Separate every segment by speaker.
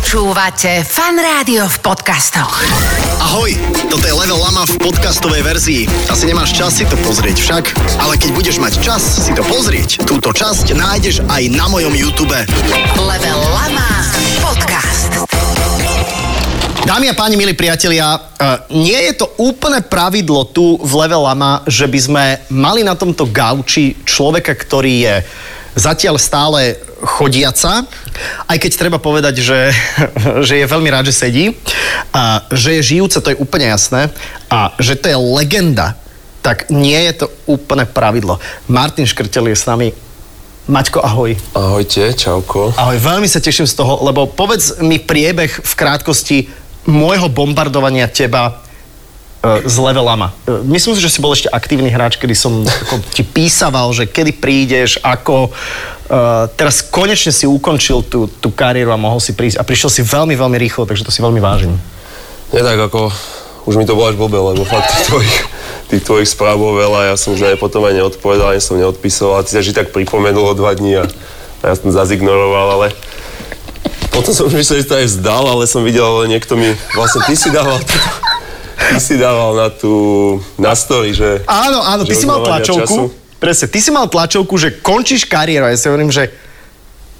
Speaker 1: Počúvate Fan Rádio v podcastoch.
Speaker 2: Ahoj, toto je Level Lama v podcastovej verzii. Asi nemáš čas si to pozrieť však, ale keď budeš mať čas si to pozrieť, túto časť nájdeš aj na mojom YouTube.
Speaker 1: Level Lama Podcast.
Speaker 2: Dámy a páni, milí priatelia, eh, nie je to úplne pravidlo tu v Level Lama, že by sme mali na tomto gauči človeka, ktorý je zatiaľ stále chodiaca, aj keď treba povedať, že, že je veľmi rád, že sedí, a že je žijúce, to je úplne jasné, a že to je legenda, tak nie je to úplne pravidlo. Martin Škrtel je s nami. Maťko, ahoj.
Speaker 3: Ahojte, čauko.
Speaker 2: Ahoj, veľmi sa teším z toho, lebo povedz mi priebeh v krátkosti môjho bombardovania teba e, s levelama. E, Myslím si, že si bol ešte aktívny hráč, kedy som ako, ti písaval, že kedy prídeš, ako... E, teraz konečne si ukončil tú, tú kariéru a mohol si prísť. A prišiel si veľmi, veľmi rýchlo, takže to si veľmi vážim.
Speaker 3: Nie tak ako, už mi to bolo až blbé, lebo fakt tých tvojich, tých tvojich správ bolo veľa, ja som už aj potom aj neodpovedal, ani som neodpisoval, ty sa vždy tak pripomenul o dva dní a, a ja som zazignoroval, ale potom som už myslel, že to aj vzdal, ale som videl, niekto mi, vlastne ty si dával, ty si dával na tú, na story, že...
Speaker 2: Áno, áno, ty
Speaker 3: že
Speaker 2: si mal
Speaker 3: odmávania
Speaker 2: tlačovku.
Speaker 3: času.
Speaker 2: Presne, ty si mal tlačovku, že končíš kariéru. A ja si hovorím, že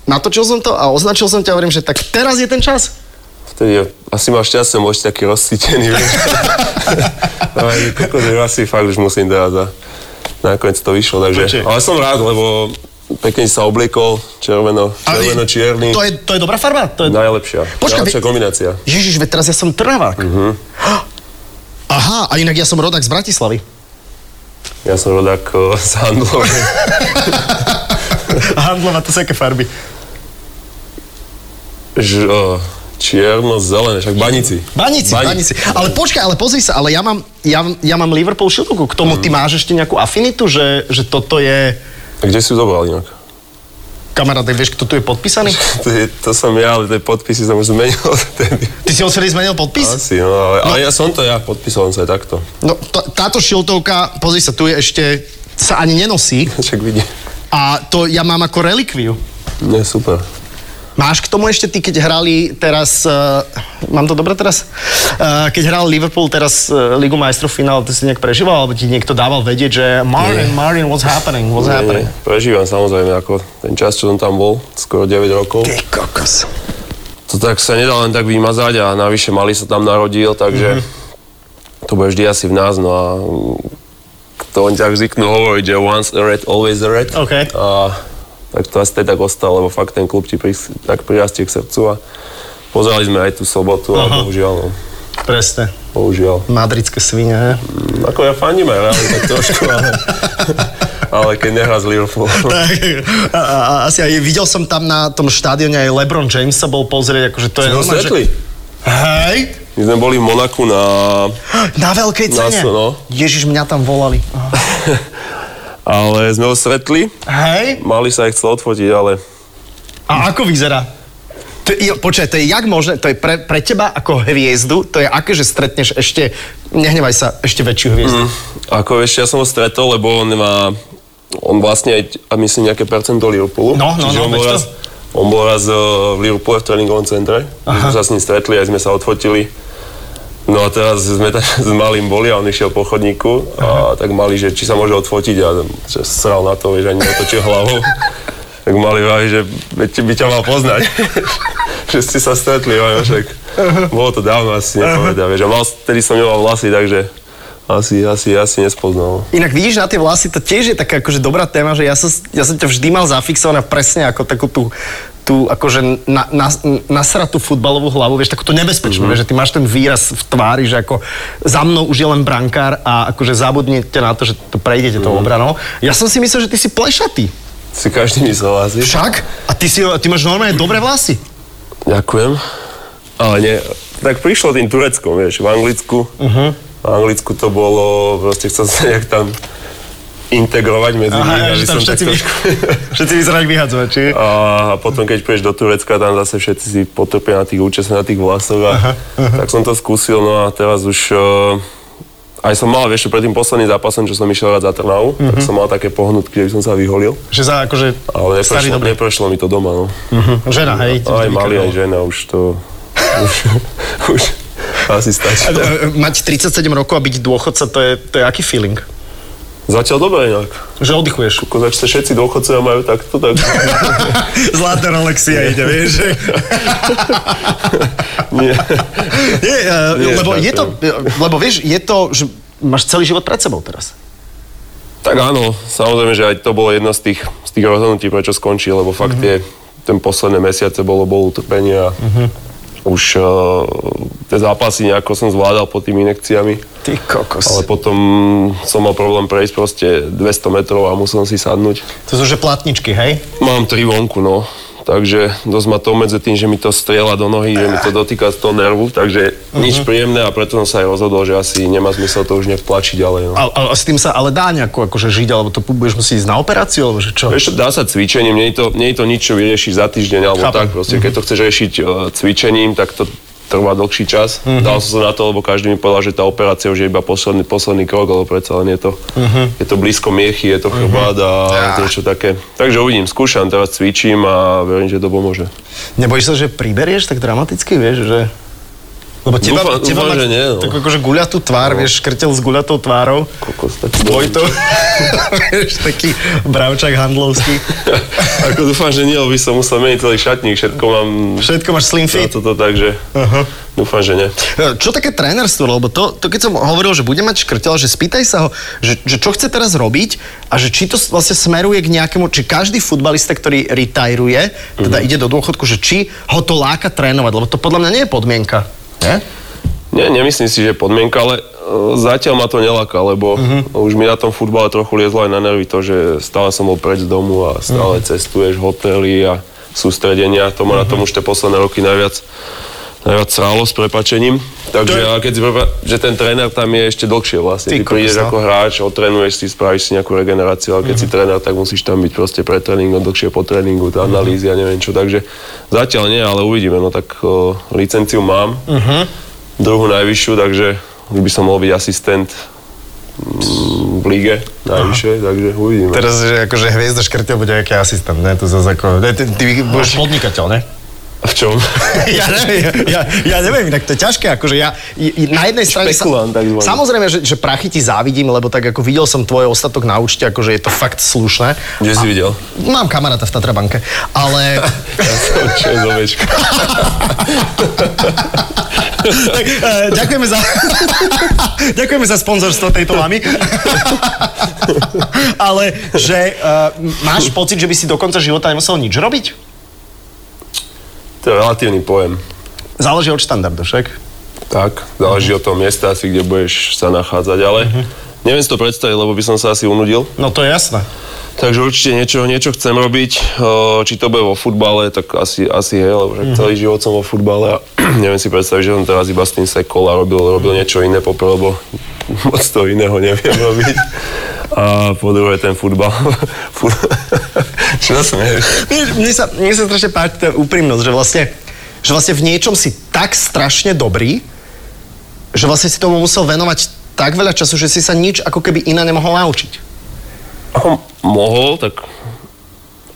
Speaker 2: natočil som to a označil som ťa a hovorím, že tak teraz je ten čas.
Speaker 3: Vtedy je- asi máš čas, som ešte taký rozcítený. vieš. No, aj kokos, že asi fakt už musím dať a nakoniec to vyšlo,
Speaker 2: Počkej.
Speaker 3: takže... Ale som rád, lebo pekne si sa obliekol, červeno,
Speaker 2: Ale je-
Speaker 3: červeno-čierny.
Speaker 2: To je, to je dobrá farba? To je...
Speaker 3: Najlepšia.
Speaker 2: Počkaj,
Speaker 3: najlepšia
Speaker 2: vy-
Speaker 3: kombinácia.
Speaker 2: Ježiš, veď teraz ja som Trnavák. Aha, a inak ja som rodák z Bratislavy.
Speaker 3: Ja som rodák eh, z Handlovej.
Speaker 2: Handlova, to sú aké farby.
Speaker 3: Ž- eh, Čierno-zelené, však banici.
Speaker 2: Banici, banici. Ale počkaj, ale pozri sa, ale ja mám, ja, ja mám Liverpool šiltovku. K tomu ty máš ešte nejakú afinitu, že, že toto je...
Speaker 3: A kde si ju zobral inak?
Speaker 2: Kamaráde, vieš, kto tu je podpísaný?
Speaker 3: To, je, to som ja, ale tie podpisy som už zmenil vtedy.
Speaker 2: Ty si odtedy zmenil podpis?
Speaker 3: Asi, no, ale, ale ja som to ja, podpísal som sa aj takto.
Speaker 2: No, t- táto šiltovka, pozri sa, tu je ešte, sa ani nenosí
Speaker 3: Však vidím.
Speaker 2: a to ja mám ako relikviu.
Speaker 3: Nie, super.
Speaker 2: Máš k tomu ešte ty, keď hrali teraz, uh, mám to dobre teraz? Uh, keď hral Liverpool teraz uh, Ligu majstrov finál, ty si nejak prežíval, alebo ti niekto dával vedieť, že Marin, Marin, what's happening, what's
Speaker 3: Nie,
Speaker 2: happening?
Speaker 3: nie, Prežívam samozrejme ako ten čas, čo som tam bol, skoro 9 rokov.
Speaker 2: Ty kokos.
Speaker 3: To tak sa nedá len tak vymazať a navyše malý sa tam narodil,
Speaker 2: Mhm.
Speaker 3: takže to bude vždy asi v nás, no a mm, to oni tak zvyknú hovoriť, že once a red, always a red.
Speaker 2: OK.
Speaker 3: A tak to asi teda tak ostalo, lebo fakt ten klub ti pri, tak prirastie k srdcu a pozerali sme aj tú sobotu a
Speaker 2: Aha.
Speaker 3: bohužiaľ, no,
Speaker 2: Presne.
Speaker 3: bohužiaľ.
Speaker 2: Madridské svine, he?
Speaker 3: Mm, Ako ja fandím aj reálne tak trošku, ale, ale keď nehrá z Liverpool.
Speaker 2: Tak, a, a, a, asi aj videl som tam na tom štádione aj LeBron James sa bol pozrieť, akože to je...
Speaker 3: No,
Speaker 2: normálne, že-
Speaker 3: svetli.
Speaker 2: Hej,
Speaker 3: My sme boli v Monaku na...
Speaker 2: na veľkej
Speaker 3: Na
Speaker 2: cene.
Speaker 3: so, no.
Speaker 2: Ježiš, mňa tam volali.
Speaker 3: Ale sme ho stretli,
Speaker 2: Hej,
Speaker 3: mali sa ich chcel odfotiť, ale
Speaker 2: a ako vyzerá? To je, počkaj, to je jak možné, to je pre, pre teba ako hviezdu, to je aké, že stretneš ešte, nehnevaj sa, ešte väčšiu hviezdu. Mm.
Speaker 3: ako ešte ja som ho stretol, lebo on má... On vlastne aj, a myslím, nejaké percento Liverpoolu.
Speaker 2: No, no,
Speaker 3: Čiže
Speaker 2: no,
Speaker 3: on bol
Speaker 2: veď to.
Speaker 3: raz, on bol raz eh, v Liverpoole v tréningovom centre. Aha. Sme sa s ním stretli, aj sme sa odfotili. No a teraz sme tam s malým boli a on išiel po chodníku a tak mali, že či sa môže odfotiť a že sral na to, vieš, ani otočil hlavou. tak mali vraví, že by, by ťa mal poznať. že ste sa stretli, aj však. Bolo to dávno, asi nepovedal, vieš. A mal, vtedy som nemal vlasy, takže asi, asi, asi nespoznal.
Speaker 2: Inak vidíš, na tie vlasy to tiež je taká akože dobrá téma, že ja som, ja som ťa vždy mal zafixovaná presne ako takú tú, tú akože na, na, nasratú futbalovú hlavu, vieš, takú tú nebezpečnú, mm-hmm. vieš, že ty máš ten výraz v tvári, že ako za mnou už je len brankár a akože zabudnete na to, že to prejdete mm-hmm. tou obranou. Ja som si myslel, že ty si plešatý.
Speaker 3: Si každý myslel asi.
Speaker 2: Však? A ty, si, ty máš normálne dobré vlasy.
Speaker 3: Ďakujem. Ale nie, tak prišlo tým Tureckom, vieš, v Anglicku.
Speaker 2: Mhm.
Speaker 3: Uh-huh. V Anglicku to bolo, proste chcel sa nejak tam integrovať medzi nimi,
Speaker 2: Aha, ja,
Speaker 3: aby
Speaker 2: že tam
Speaker 3: som tak
Speaker 2: všetci, vy...
Speaker 3: trošku-
Speaker 2: všetci vyzerajú vyhadzovači.
Speaker 3: a, a potom, keď pôjdeš do Turecka, tam zase všetci si potrpia na tých účastne na tých vlasoch. A, tak som to skúsil, no a teraz už... eh, e, aj som mal, vieš, čo, pred tým posledným zápasom, čo som išiel hrať za
Speaker 4: Mhm.
Speaker 3: Trnavu, mm-hmm. tak som mal také pohnutky, že by som sa vyholil.
Speaker 4: Že za akože
Speaker 3: Ale
Speaker 4: starý
Speaker 3: neprešlo,
Speaker 4: dobrý.
Speaker 3: neprešlo mi to doma, no.
Speaker 4: Mhm. Žena, hej. ti
Speaker 3: Aj
Speaker 4: vždy
Speaker 3: mali, aj
Speaker 4: vykrikovala.
Speaker 3: žena, už to... Už, už asi
Speaker 2: E,
Speaker 3: stačí.
Speaker 2: e, Mať 37 rokov a byť dôchodca, to je, to je aký feeling?
Speaker 3: Zatiaľ dobre nejak.
Speaker 4: Že oddychuješ.
Speaker 3: Ako začne všetci dôchodcovia majú takto, tak
Speaker 4: Zlatá Alexia ide, vieš. že-
Speaker 3: nie.
Speaker 2: Nie, e,
Speaker 3: Nie,
Speaker 2: lebo,
Speaker 3: tak no.
Speaker 2: je
Speaker 3: to-
Speaker 2: to, lebo vieš, je to, že máš celý život pred sebou teraz.
Speaker 3: Tak áno, samozrejme, že aj to bolo jedno z tých, z tých rozhodnutí, prečo skončil, lebo fakt mm-hmm. tie, ten posledné mesiace bolo, bolo utrpenie a mm-hmm. už uh, tie zápasy nejako som zvládal pod tými inekciami.
Speaker 2: Ty kokos.
Speaker 3: Ale potom som mal problém prejsť proste 200 metrov a musel som si sadnúť.
Speaker 2: To sú že platničky, hej?
Speaker 3: Mám tri vonku, no. Takže dosť ma to medzi tým, že mi to strieľa do nohy, že mi to dotýka z toho nervu, takže nič príjemné a preto som sa aj rozhodol, že asi nemá zmysel to už nejak tlačiť ďalej. No.
Speaker 2: A, a, a s tým sa ale dá nejako akože žiť, alebo to budeš musieť ísť na operáciu, alebo že čo?
Speaker 3: Vieš, čo, dá sa cvičením, nie je, to, nie je to nič, čo vyriešiš za týždeň alebo
Speaker 2: Chápem.
Speaker 3: tak. Proste, keď to chceš riešiť e, cvičením, tak to trvá dlhší čas. Dal som sa na to, lebo každý mi povedal, že tá operácia už je iba posledný, posledný krok, lebo predsa len je to, je to blízko miechy, je to chrbát a niečo také. Takže uvidím, skúšam, teraz cvičím a verím, že to pomôže.
Speaker 2: Nebojíš sa, že priberieš tak dramaticky, vieš, že... Lebo teba,
Speaker 3: Dúfam-
Speaker 2: teba
Speaker 3: dúfam,
Speaker 2: mať
Speaker 3: že nie, no.
Speaker 2: tak akože guľatú tvár,
Speaker 3: No.
Speaker 2: vieš, škrtel s guľatou tvárou.
Speaker 3: Kokos, tak
Speaker 2: Dvojto. vieš, taký bravčak handlovský.
Speaker 3: Ako dúfam, že nie, lebo by som musel meniť celý šatník, všetko mám
Speaker 2: Všetko máš slim
Speaker 3: na
Speaker 2: fit. E,
Speaker 3: toto, takže dúfam, že nie.
Speaker 2: Čo také trénerstvo, lebo to, to keď som hovoril, že bude mať škrtel, že spýtaj sa ho, že, že čo chce teraz robiť a že či to vlastne smeruje k nejakému, či každý futbalista, ktorý retiruje,
Speaker 3: Mhm.
Speaker 2: teda ide do dôchodku, že či ho to láka trénovať, lebo to podľa mňa nie je podmienka. Nie?
Speaker 3: Nie, nemyslím si, že je podmienka, ale e, zatiaľ ma to neláka, lebo
Speaker 2: Mhm.
Speaker 3: už mi na tom futbale trochu liezlo aj na nervy to, že stále som bol preč z domu a
Speaker 2: Mhm.
Speaker 3: stále cestuješ, hotely a sústredenia, to ma na
Speaker 2: Mhm.
Speaker 3: tom už tie posledné roky najviac najviac srálo s prepačením. Takže a keď si prepa- že ten tréner tam je ešte dlhšie vlastne.
Speaker 2: Ty
Speaker 3: Ty, prídeš
Speaker 2: kokos, no. Mhm.
Speaker 3: ako hráč, otrénuješ si, spravíš si nejakú regeneráciu, ale keď si tréner, tak musíš tam byť proste pred tréningom, dlhšie po tréningu, tá analýzy a neviem čo. Takže zatiaľ nie, ale uvidíme. No tak o, licenciu mám,
Speaker 2: Mhm.
Speaker 3: druhú najvyššiu, takže už by som mohol byť asistent mm, v lige najvyššej, takže uvidíme.
Speaker 4: Teraz, že akože hviezda škrtil bude aký asistent, ne? To zase ako... Ne, ty, ty budeš...
Speaker 2: Podnikateľ, ne?
Speaker 3: V čom?
Speaker 2: ja, neviem, ja, ja neviem, inak to je ťažké, akože ja i- i na jednej strane... sa-
Speaker 3: Špekulant, takzvaný.
Speaker 2: samozrejme, že, že prachy ti závidím, lebo tak ako videl som tvoj ostatok na účte, akože je to fakt slušné.
Speaker 3: Kde si videl?
Speaker 2: Mám kamaráta v Tatrabanke, ale...
Speaker 3: Čo je zovečka?
Speaker 2: tak, eh, ďakujeme za... ďakujeme za sponzorstvo tejto lamy. ale že eh, máš pocit, že by si do konca života nemusel nič robiť?
Speaker 3: To je relatívny pojem.
Speaker 2: Záleží od štandardu, však?
Speaker 3: Tak, záleží od toho miesta asi, kde budeš sa nachádzať, ale neviem si to predstaviť, lebo by som sa asi unudil.
Speaker 2: No to je jasné.
Speaker 3: Takže určite niečo, niečo chcem robiť, O, či to bude vo futbale, tak asi, asi hej, lebo však celý život som vo futbale a neviem si predstaviť, že som teraz iba s tým sekol a robil, robil niečo iné poprvé, lebo moc toho iného neviem robiť. A po druhé ten futbal. Fut- Čo sa smieš?
Speaker 2: Vieš, mne sa, mne sa strašne páči tá úprimnosť, že vlastne, že vlastne v niečom si tak strašne dobrý, že vlastne si tomu musel venovať tak veľa času, že si sa nič ako keby iné nemohol naučiť.
Speaker 3: Ako mohol, tak...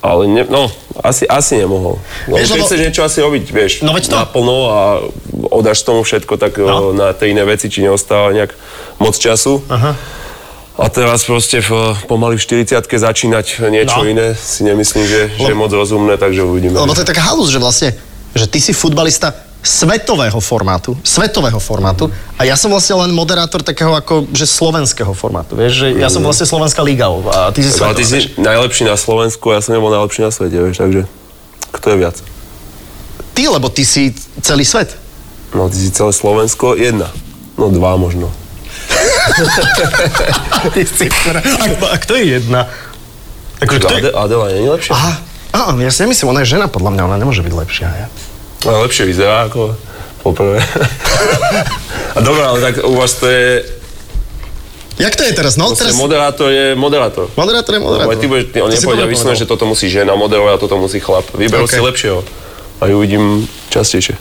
Speaker 3: Ale ne, no, asi, asi nemohol.
Speaker 2: Vieš,
Speaker 3: No, vieš, keď
Speaker 2: lebo-
Speaker 3: chceš niečo asi robiť, vieš,
Speaker 2: No veď to.
Speaker 3: naplno a odáš tomu všetko, tak
Speaker 2: No.
Speaker 3: no. na tie iné veci ti neostáva nejak moc času.
Speaker 2: Aha.
Speaker 3: A teraz proste v, pomaly v 40 začínať niečo
Speaker 2: No.
Speaker 3: no. iné si nemyslím, že, že je moc rozumné, takže uvidíme.
Speaker 2: Lebo to je taká halus, že vlastne, že ty si futbalista svetového formátu, svetového formátu a ja som vlastne len moderátor takého ako, že slovenského formátu, vieš, že ja som vlastne slovenská liga a ty si
Speaker 3: Ale
Speaker 2: svetová,
Speaker 3: ty
Speaker 2: vieš.
Speaker 3: si najlepší na Slovensku, ja som nebol najlepší na svete, vieš, takže kto je viac?
Speaker 2: ty, lebo ty si celý svet.
Speaker 3: No, ty si celé Slovensko, jedna. No, dva možno.
Speaker 2: a, a kto je jedna? Akože, kto je...
Speaker 3: Ade- Adela nie je lepšia?
Speaker 2: Aha, á, ja si nemyslím, ona je žena, podľa mňa, ona nemôže byť lepšia. Ja.
Speaker 3: Ale No, lepšie vyzerá ako poprvé. A dobré, ale tak u vás to je...
Speaker 2: Jak to je teraz? No,
Speaker 3: Teraz...
Speaker 2: teraz...
Speaker 3: Moderátor je moderátor.
Speaker 2: Moderátor je
Speaker 3: Lebo
Speaker 2: moderátor.
Speaker 3: aj ty budeš, on
Speaker 2: Ty si
Speaker 3: nepovedia
Speaker 2: dobre
Speaker 3: vysnúť, že
Speaker 2: povedal.
Speaker 3: toto musí žena moderovať a toto musí chlap. Vyberú
Speaker 2: OK.
Speaker 3: si lepšieho. A ju uvidím častejšie.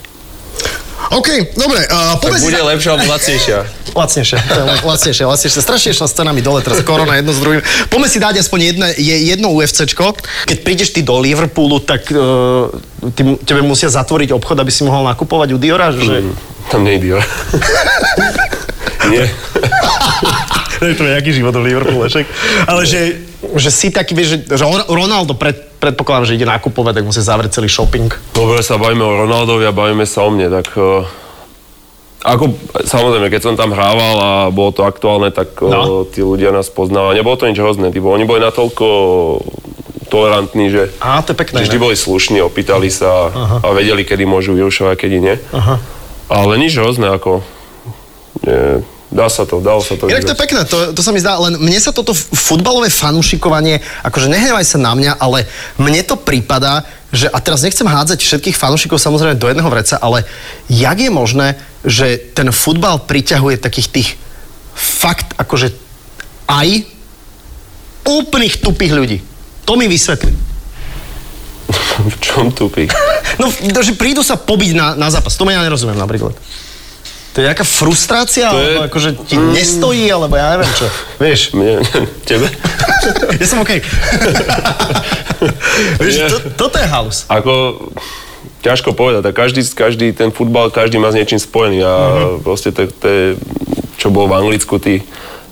Speaker 2: OK, dobre, uh,
Speaker 3: Tak
Speaker 2: poďme si...
Speaker 3: bude
Speaker 2: za-
Speaker 3: lepšia alebo lacnejšia.
Speaker 2: Lacnejšie, to je lacnejšie, lacnejšie. Strašne išla s cenami dole teraz korona jedno s druhým. Poďme si dať aspoň jedno, je, jedno UFCčko. Keď prídeš ty do Liverpoolu, tak uh, ty, tebe musia zatvoriť obchod, aby si mohol nakupovať u Diora, že...
Speaker 3: Mm, Tam nejde, jo. Nie.
Speaker 2: je to nejaký život v Liverpoole, však. Ale že, že si taký, vieš, že, že on- Ronaldo pred, predpokladám, že ide nakupovať, tak musí zavrieť celý shopping.
Speaker 3: Dobre sa bavíme o Ronaldovi a bavíme sa o mne, tak... eh, Ako, samozrejme, keď som tam hrával a bolo to aktuálne, tak
Speaker 2: No.
Speaker 3: no. tí ľudia nás poznávali. Nebolo to nič hrozné, tí, bo- oni boli natoľko tolerantní, že
Speaker 2: Á, to je pekné.
Speaker 3: že vždy
Speaker 2: ne?
Speaker 3: boli slušní, opýtali sa a vedeli, kedy môžu vyrušovať, kedy nie.
Speaker 2: Aha.
Speaker 3: Ale nič hrozné, ako... Nie, dá sa to, dalo sa to.
Speaker 2: Inak to je
Speaker 3: vyhrať.
Speaker 2: pekné, to, to sa mi zdá, len mne sa toto f- futbalové fanušikovanie, akože nehnevaj sa na mňa, ale mne to prípada, že, a teraz nechcem hádzať všetkých fanúšikov samozrejme do jedného vreca, ale jak je možné, že ten futbal priťahuje takých tých fakt akože aj úplných tupých ľudí. To mi vysvetli.
Speaker 3: V čom tupík?
Speaker 2: No, to, že prídu sa pobiť na, na zápas, tomu ja nerozumiem napríklad. To je nejaká frustrácia,
Speaker 3: To je-
Speaker 2: alebo akože ti nestojí, alebo ja neviem čo. Vieš,
Speaker 3: Mne, tebe?
Speaker 2: Ja som OK. Vieš,
Speaker 3: Nie.
Speaker 2: to, toto je house.
Speaker 3: Ako, ťažko povedať, a každý, každý ten futbal, každý má s niečím spojený a
Speaker 2: Mhm.
Speaker 3: proste to, to je, čo bolo v Anglicku, tí,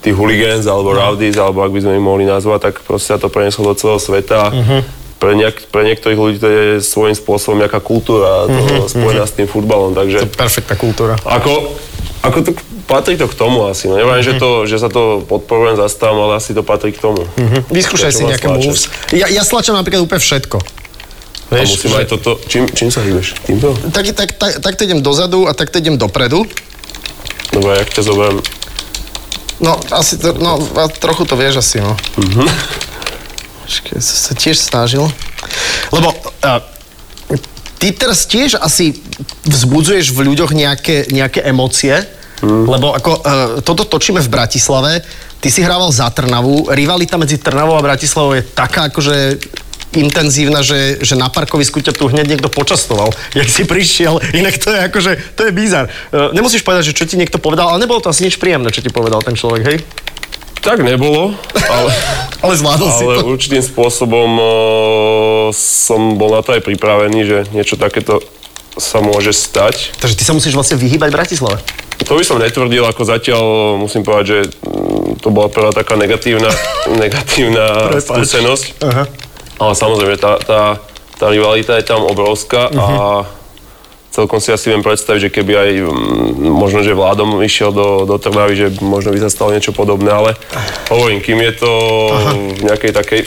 Speaker 3: tí hooligans
Speaker 2: Mhm.
Speaker 3: alebo rowdies, alebo ak by sme ich mohli nazvať, tak proste sa to preneslo do celého sveta.
Speaker 2: Mhm.
Speaker 3: Pre, nejak, pre niektorých ľudí to je svojím spôsobom nejaká kultúra
Speaker 2: Mhm,
Speaker 3: toho spojená s tým futbalom, takže...
Speaker 2: Perfektná kultúra.
Speaker 3: Ako, ako to, patrí to k tomu asi, no neviem,
Speaker 2: Mhm.
Speaker 3: že, to, že sa to podporujem, zastávam, ale asi to patrí k tomu.
Speaker 2: Mhm. Vyskúšaj
Speaker 3: Ja čo
Speaker 2: si
Speaker 3: mám
Speaker 2: nejaké
Speaker 3: stlačať?
Speaker 2: moves. Ja, ja stlačam napríklad úplne všetko.
Speaker 3: A
Speaker 2: Vieš,
Speaker 3: musím
Speaker 2: že-
Speaker 3: aj toto, čím, čím sa hýbeš? Týmto?
Speaker 2: tak, tak, tak, takto idem dozadu a takto idem dopredu.
Speaker 3: Dobre, jak ťa zoberiem?
Speaker 2: No, asi to, no, a trochu to vieš asi, no.
Speaker 3: Mhm.
Speaker 2: Mm-hmm. som sa tiež snažil. Lebo uh, ty teraz tiež asi vzbudzuješ v ľuďoch nejaké, nejaké emócie, mm. lebo ako uh, toto točíme v Bratislave, ty si hrával za Trnavu, rivalita medzi Trnavou a Bratislavou je taká akože intenzívna, že, že na parkovisku ťa tu hneď niekto počastoval, jak si prišiel. Inak to je akože, to je bizar. Uh, nemusíš povedať, že čo ti niekto povedal, ale nebolo to asi nič príjemné, čo ti povedal ten človek, hej?
Speaker 3: Tak nebolo, ale,
Speaker 2: Ale zvládol si
Speaker 3: ale
Speaker 2: to.
Speaker 3: určitým spôsobom o, som bol na to aj pripravený, že niečo takéto sa môže stať.
Speaker 2: Takže ty sa musíš vlastne vyhýbať Bratislave.
Speaker 3: To by som netvrdil, ako zatiaľ musím povedať, že mm, to bola prvá taká negatívna, negatívna
Speaker 2: Prepáč.
Speaker 3: skúsenosť.
Speaker 2: Aha.
Speaker 3: Ale samozrejme, tá, tá, tá rivalita je tam obrovská a
Speaker 2: Mhm.
Speaker 3: celkom si asi viem predstaviť, že keby aj mm, možno, že vládom išiel do, do Trnavy, že možno by sa stalo niečo podobné, ale hovorím, kým je to v nejakej takej...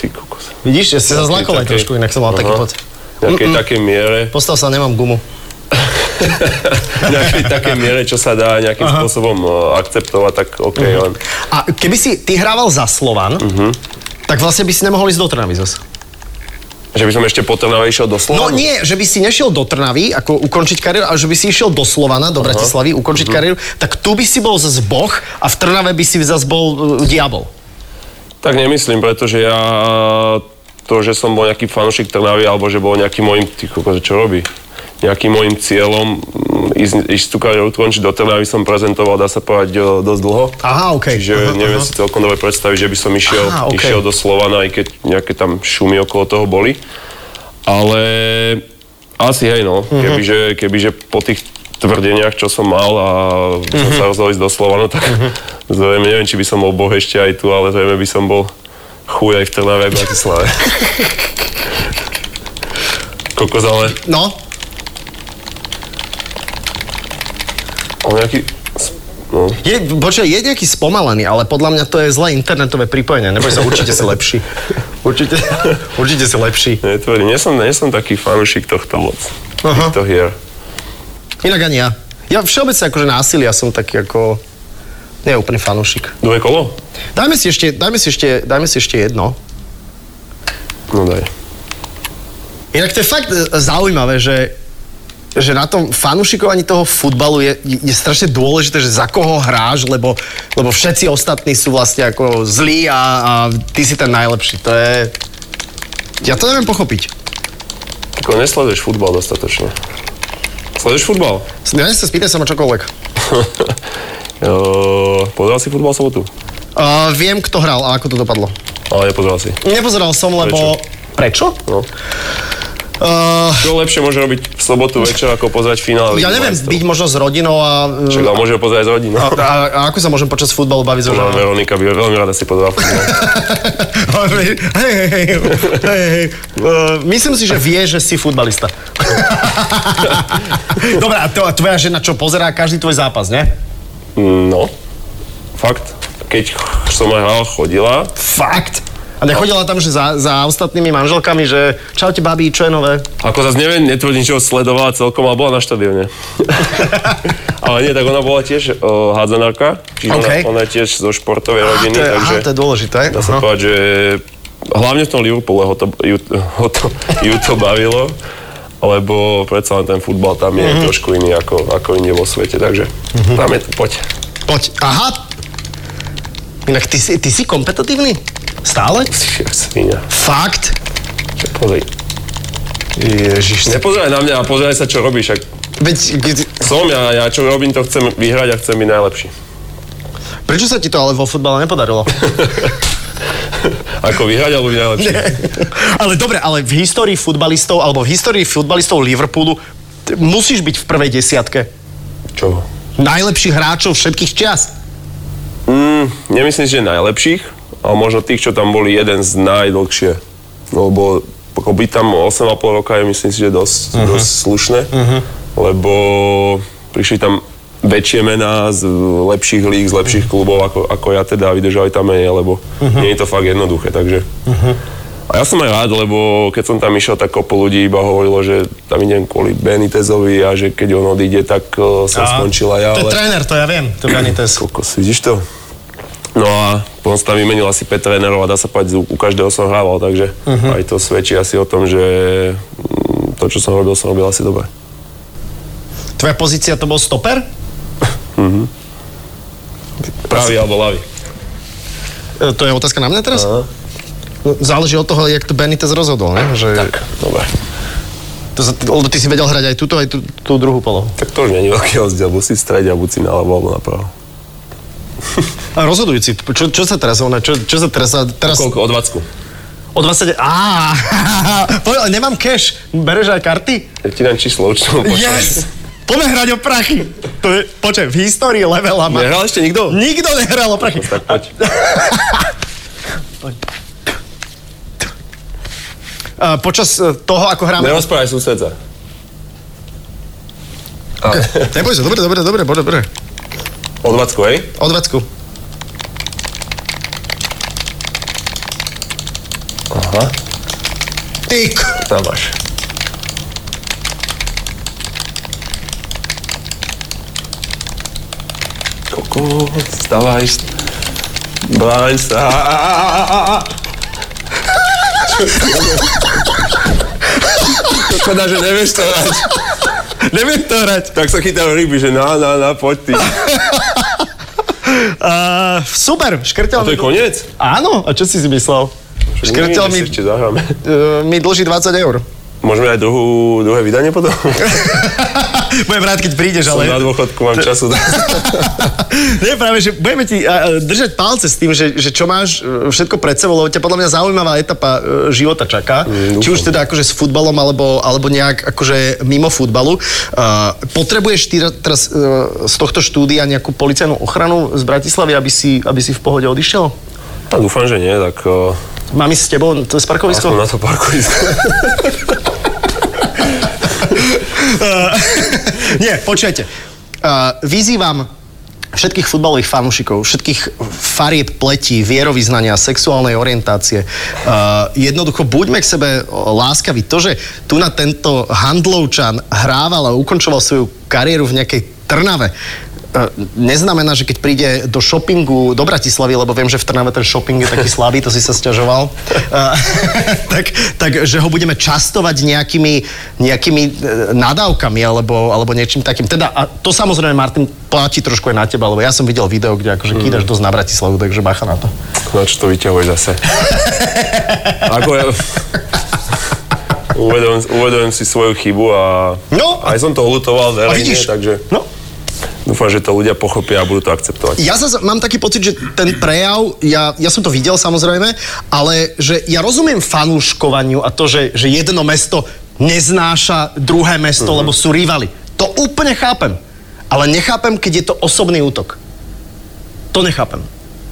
Speaker 3: Ty kokos.
Speaker 2: Vidíš, ja si sa zlakol aj
Speaker 3: Takej-
Speaker 2: trošku, inak som mal taký
Speaker 3: Aha.
Speaker 2: pocit.
Speaker 3: V nejakej takej miere,
Speaker 2: Postav sa, nemám gumu.
Speaker 3: v nejakej takej miere, čo sa dá nejakým spôsobom eh, akceptovať, tak OK,
Speaker 2: Mhm.
Speaker 3: len...
Speaker 2: A keby si ty hrával za Slovan,
Speaker 3: Mhm.
Speaker 2: tak vlastne by si nemohol ísť do Trnavy zase.
Speaker 3: Že by som ešte po Trnave išiel do
Speaker 2: No
Speaker 3: Slovanu?
Speaker 2: nie, že by si nešiel do Trnavy, ako ukončiť kariéru, ale že by si išiel do Slovana, do Bratislavy,
Speaker 3: Mhm.
Speaker 2: ukončiť kariéru, tak tu by si bol zase boh a v Trnave by si zase bol uh, diabol.
Speaker 3: Tak nemyslím, pretože ja to, že som bol nejaký fanúšik Trnavy, alebo že bol nejaký môjim, ty kokos, čo robí? Nejakým môjim cieľom mm, ísť, ísť tú kariéru ukončiť do Trnavy som prezentoval, dá sa povedať, o, dosť dlho.
Speaker 2: Aha, OK. Aha,
Speaker 3: Čiže neviem
Speaker 2: aha.
Speaker 3: si celkom dobre predstaviť, že by som išiel,
Speaker 2: Aha, ok.
Speaker 3: išiel do Slovana, aj keď nejaké tam šumy okolo toho boli. Ale asi hej, no.
Speaker 2: Mhm.
Speaker 3: Kebyže, kebyže po tých tvrdeniach, čo som mal a som
Speaker 2: Mhm.
Speaker 3: sa rozhodol ísť do Slovana, tak zrejme neviem, či by som bol boh ešte aj tu, ale zrejme by som bol chuj aj v Trnave aj v Bratislave. Kokos, ale
Speaker 2: No,
Speaker 3: on nejaký... sp- No.
Speaker 2: je, počkaj, je nejaký spomalený, ale podľa mňa to je zlé internetové pripojenie. Neboj sa, určite si lepší. Určite, určite si lepší.
Speaker 3: Netvrdím, nie som, nie som taký fanúšik tohto moc.
Speaker 2: Aha.
Speaker 3: Týchto hier.
Speaker 2: Inak ani ja. Ja všeobecne akože násilia som taký ako... Nie úplný fanúšik.
Speaker 3: Dve kolo?
Speaker 2: Dajme si ešte, dajme si ešte, dajme si ešte jedno.
Speaker 3: No daj.
Speaker 2: Inak to je fakt e, zaujímavé, že že na tom fanušikovaní toho futbalu je, je strašne dôležité, že za koho hráš, lebo, lebo všetci ostatní sú vlastne ako zlí a, a ty si ten najlepší. To je... Ja to neviem pochopiť.
Speaker 3: Ako nesleduješ futbal dostatočne. Sleduješ futbal?
Speaker 2: Ja sa spýtaj sa ma čokoľvek.
Speaker 3: Uh, pozeral si futbal v sobotu?
Speaker 2: Uh, viem, kto hral a ako to dopadlo.
Speaker 3: Ale nepozeral si.
Speaker 2: Nepozeral som, lebo... Prečo?
Speaker 3: No.
Speaker 2: Uh,
Speaker 3: Čo lepšie môže robiť v sobotu večer, ako pozerať finále?
Speaker 2: E, ja
Speaker 3: Ligy
Speaker 2: neviem,
Speaker 3: majstrov?
Speaker 2: byť možno s rodinou a...
Speaker 3: Však ale môže ho pozerať s rodinou.
Speaker 2: A, a, a ako sa môžem počas futbalu baviť s
Speaker 3: No,
Speaker 2: rodinou?
Speaker 3: Veronika by veľmi rada si pozerala futbal.
Speaker 2: Hej, hej, hej, hej, hej. Uh, myslím si, že vie, že si futbalista. Dobre, a to- a tvoja žena čo, pozerá každý tvoj zápas, ne?
Speaker 3: No, fakt. Keď som aj hral, chodila.
Speaker 2: Fakt? A nechodila tam, že za, za ostatnými manželkami, že čaute, babi, čo je nové?
Speaker 3: Ako zase neviem, netvrdím, že ho sledovala celkom, ale bola na štadióne. ale nie, tak ona bola tiež o, hádzanárka, čiže
Speaker 2: OK. Ah,
Speaker 3: ona, ona je tiež zo športovej rodiny,
Speaker 2: to je,
Speaker 3: takže
Speaker 2: aha, to je dôležité.
Speaker 3: dá sa
Speaker 2: Aha.
Speaker 3: povedať, že hlavne v tom Liverpoole ho to, ju, ho to, ju to bavilo, lebo predsa len ten futbal tam je trošku iný ako, ako inde vo svete, takže tam je to, poď.
Speaker 2: Poď, aha. Inak ty, si- ty si kompetitívny? Stále?
Speaker 3: Svinia,
Speaker 2: Fakt?
Speaker 3: čo pozri.
Speaker 4: Ježiš,
Speaker 3: Nepozeraj na mňa a pozeraj sa, čo robíš. Ak
Speaker 2: Veď, keď-
Speaker 3: som ja, ja čo robím, to chcem vyhrať a chcem byť najlepší.
Speaker 2: prečo sa ti to ale vo futbale nepodarilo?
Speaker 3: Ako vyhrať alebo byť najlepší?
Speaker 2: ale dobre, ale v histórii futbalistov, alebo v histórii futbalistov Liverpoolu t- musíš byť v prvej desiatke.
Speaker 3: Čo?
Speaker 2: Najlepších hráčov všetkých čias.
Speaker 3: Mm, nemyslím, že najlepších, ale možno tých, čo tam boli jeden z najdlhšie. Lebo ako byť tam 8,5 roka je myslím si, že dosť, uh-huh. dosť slušné, uh-huh. lebo prišli tam väčšie mená z lepších líg, z lepších klubov ako, ako ja teda a vydržali tam menej, lebo uh-huh. nie je to fakt jednoduché, takže... Uh-huh. A ja som aj rád, lebo keď som tam išiel, tak kopu ľudí iba hovorilo, že tam idem kvôli Benitezovi a že keď on odíde, tak eh, som skončila ja. ale-
Speaker 2: tréner, to ja viem. To Benitez.
Speaker 3: Kokos, vidíš to? No a potom sa tam vymenil asi 5 trénerov a dá sa povedať, u u každého som hrával, takže uh-huh. aj to svedčí asi o tom, že mm, to, čo som robil, som robil asi dobre.
Speaker 2: Tvoja pozícia to bol stoper?
Speaker 3: Pravý alebo ľavý.
Speaker 2: E, To je otázka na mňa teraz? No, Záleží od toho, jak to Benitez rozhodol, ne? Že...
Speaker 3: Tak, dobre.
Speaker 2: To, sa- lebo ty si vedel hrať aj túto, aj tú, tú druhú polohu.
Speaker 3: Tak to už není veľký rozdiel, buď si v strede, a buď si na ľavo alebo na pravo.
Speaker 2: A rozhodujúci, čo, čo sa teraz, ona, čo, čo sa teraz, teraz
Speaker 3: Koľko? O 20.
Speaker 2: o 20, á, povedal, nemám cash, bereš aj karty?
Speaker 3: Ja ti dám číslo, určite mu pošlem.
Speaker 2: Yes! Poďme hrať o prachy. To je, počkaj, v histórii levela ma...
Speaker 3: Nehral ešte nikto?
Speaker 2: Nikto nehral o prachy.
Speaker 3: Tak poď.
Speaker 2: A počas e, toho, ako hráme...
Speaker 3: Nerozprávaj susedza.
Speaker 2: Neboj sa, dobre, dobre, dobre, dobre, dobre.
Speaker 3: O 20, hej?
Speaker 2: O 20.
Speaker 3: Aha.
Speaker 2: Ty, k-
Speaker 3: Tam máš. Koko, vstávaj. Bráň sa. Á, á, á, á, á, á. Čo- Škoda, že nevieš to hrať.
Speaker 2: neviem to hrať.
Speaker 3: Tak sa chytal ryby, že na, na, na, poď ty.
Speaker 2: Uh, super, škrtel
Speaker 3: A to
Speaker 2: mi...
Speaker 3: je koniec?
Speaker 2: Áno, a čo si si myslel? Škrtel mi,
Speaker 3: Uvidíme, že si Ešte zahráme.
Speaker 2: e, mi dlží 20 eur.
Speaker 3: Môžeme aj druhú, druhé vydanie potom?
Speaker 2: Budem rád, keď prídeš,
Speaker 3: Som na
Speaker 2: ale...
Speaker 3: dôchodku, mám času.
Speaker 2: Nie, práve, že budeme ti a, a, držať palce s tým, že, že čo máš e, všetko pred sebou, lebo ťa podľa mňa zaujímavá etapa e, života čaká.
Speaker 3: Mm,
Speaker 2: Či už
Speaker 3: dúfam.
Speaker 2: teda akože s futbalom, alebo, alebo nejak akože mimo futbalu. A, potrebuješ ty ra- teraz e, z tohto štúdia nejakú policajnú ochranu z Bratislavy, aby si, aby si v pohode odišiel?
Speaker 3: A dúfam, že nie, tak... o,
Speaker 2: Mám ísť s tebou to z parkovisko?
Speaker 3: Aspoň na to parkovisko.
Speaker 2: Nie, počujete. Uh, vyzývam všetkých futbalových fanúšikov, všetkých farieb pletí, vierovýznania, sexuálnej orientácie. Uh, jednoducho buďme k sebe o, láskaví. To, že tu na tento handlovčan hrával a ukončoval svoju kariéru v nejakej Trnave, uh, neznamená, že keď príde do shoppingu do Bratislavy, lebo viem, že v Trnave ten shopping je taký slabý, to si sa stiažoval, uh, tak, tak, že ho budeme častovať nejakými, nejakými e, nadávkami alebo, alebo niečím takým. Teda, a to samozrejme, Martin, platí trošku aj na teba, lebo ja som videl video, kde akože kýdaš dosť na Bratislavu, takže bacha na to.
Speaker 3: Na čo to vyťahuješ zase? Ako ja... Uvedomujem, uvedomujem si svoju chybu a
Speaker 2: No.
Speaker 3: aj som to
Speaker 2: A
Speaker 3: lutoval verejne,
Speaker 2: vidíš?
Speaker 3: E, takže
Speaker 2: No,
Speaker 3: Dúfam, že to ľudia pochopia a budú to akceptovať.
Speaker 2: Ja zase mám taký pocit, že ten prejav, ja, ja som to videl samozrejme, ale že ja rozumiem fanúškovaniu a to, že, že jedno mesto neznáša druhé mesto,
Speaker 3: Mhm.
Speaker 2: mm-hmm. lebo sú rivali. To úplne chápem. Ale nechápem, keď je to osobný útok. To nechápem.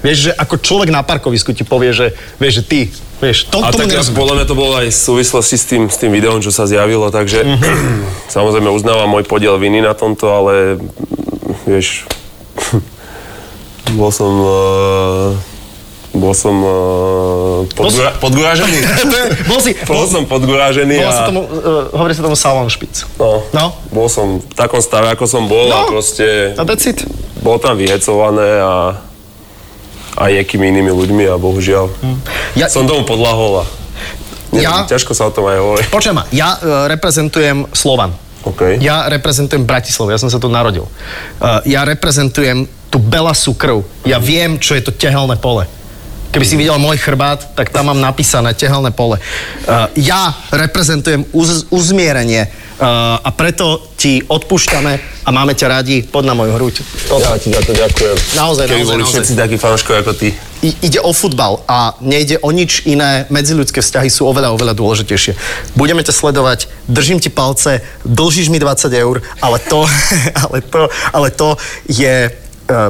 Speaker 2: Vieš, že ako človek na parkovisku ti povie, že, vieš, že ty, vieš, to,
Speaker 3: A
Speaker 2: tomu
Speaker 3: tak ja,
Speaker 2: nerozumiem.
Speaker 3: podľa mňa to bolo aj v súvislosti s tým, s tým videom, čo sa zjavilo, takže
Speaker 2: Mhm.
Speaker 3: samozrejme uznávam môj podiel viny na tomto, ale mm, vieš, bol som... eh, bol som eh, podgura, podgurážený.
Speaker 2: Bol si, bol,
Speaker 3: bol som podgurážený
Speaker 2: bol
Speaker 3: a...
Speaker 2: sa tomu, uh, hovorí sa tomu salon špic.
Speaker 3: No,
Speaker 2: No.
Speaker 3: Bol som v takom stave, ako som bol a
Speaker 2: No.
Speaker 3: proste
Speaker 2: A that's it.
Speaker 3: bolo tam vyhecované a a nejakými inými ľuďmi a bohužiaľ
Speaker 2: Ja-
Speaker 3: som tomu podľahol a
Speaker 2: Mm. Ja-
Speaker 3: neviem, ťažko sa o tom aj hovorí.
Speaker 2: Počujem ma, ja uh, reprezentujem Slovan.
Speaker 3: Okay.
Speaker 2: Ja reprezentujem Bratislavu, ja som sa tu narodil. Uh, ja reprezentujem tú belasú krv. Ja viem, čo je to tehelné pole. Keby si videl môj chrbát, tak tam mám napísané tehelné pole. Uh, ja reprezentujem uz- uzmierenie uh, a preto ti odpúšťame a máme ťa radi, pod na moju hruď. To,
Speaker 3: Ja ti za to ďakujem.
Speaker 2: Naozaj,
Speaker 3: Keby
Speaker 2: naozaj,
Speaker 3: boli
Speaker 2: naozaj.
Speaker 3: všetci takí fanúškovia ako ty.
Speaker 2: I- ide o futbal a nejde o nič iné. Medziľudské vzťahy sú oveľa, oveľa dôležitejšie. Budeme ťa sledovať, držím ti palce, dlžíš mi 20 eur, ale to, ale to, ale to je e,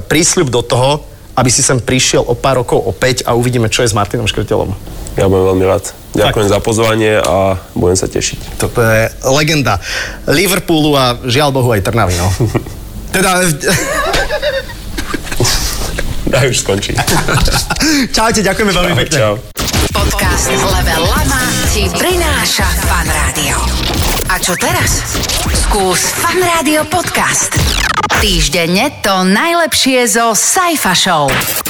Speaker 2: prísľub do toho, aby si sem prišiel o pár rokov opäť a uvidíme, čo je s Martinom Škrtelom.
Speaker 3: Ja budem veľmi rád. Ďakujem za pozvanie a budem sa tešiť.
Speaker 2: Toto je legenda Liverpoolu a žiaľ Bohu aj Trnavy, no. Teda,
Speaker 3: Daj už skončiť.
Speaker 2: čaute, ďakujeme veľmi pekne.
Speaker 3: Čau.
Speaker 1: Podcast Level Lama ti prináša Fan Rádio. A čo teraz? Skús Fan Rádio podcast. Týždenne to najlepšie zo Saifa Show.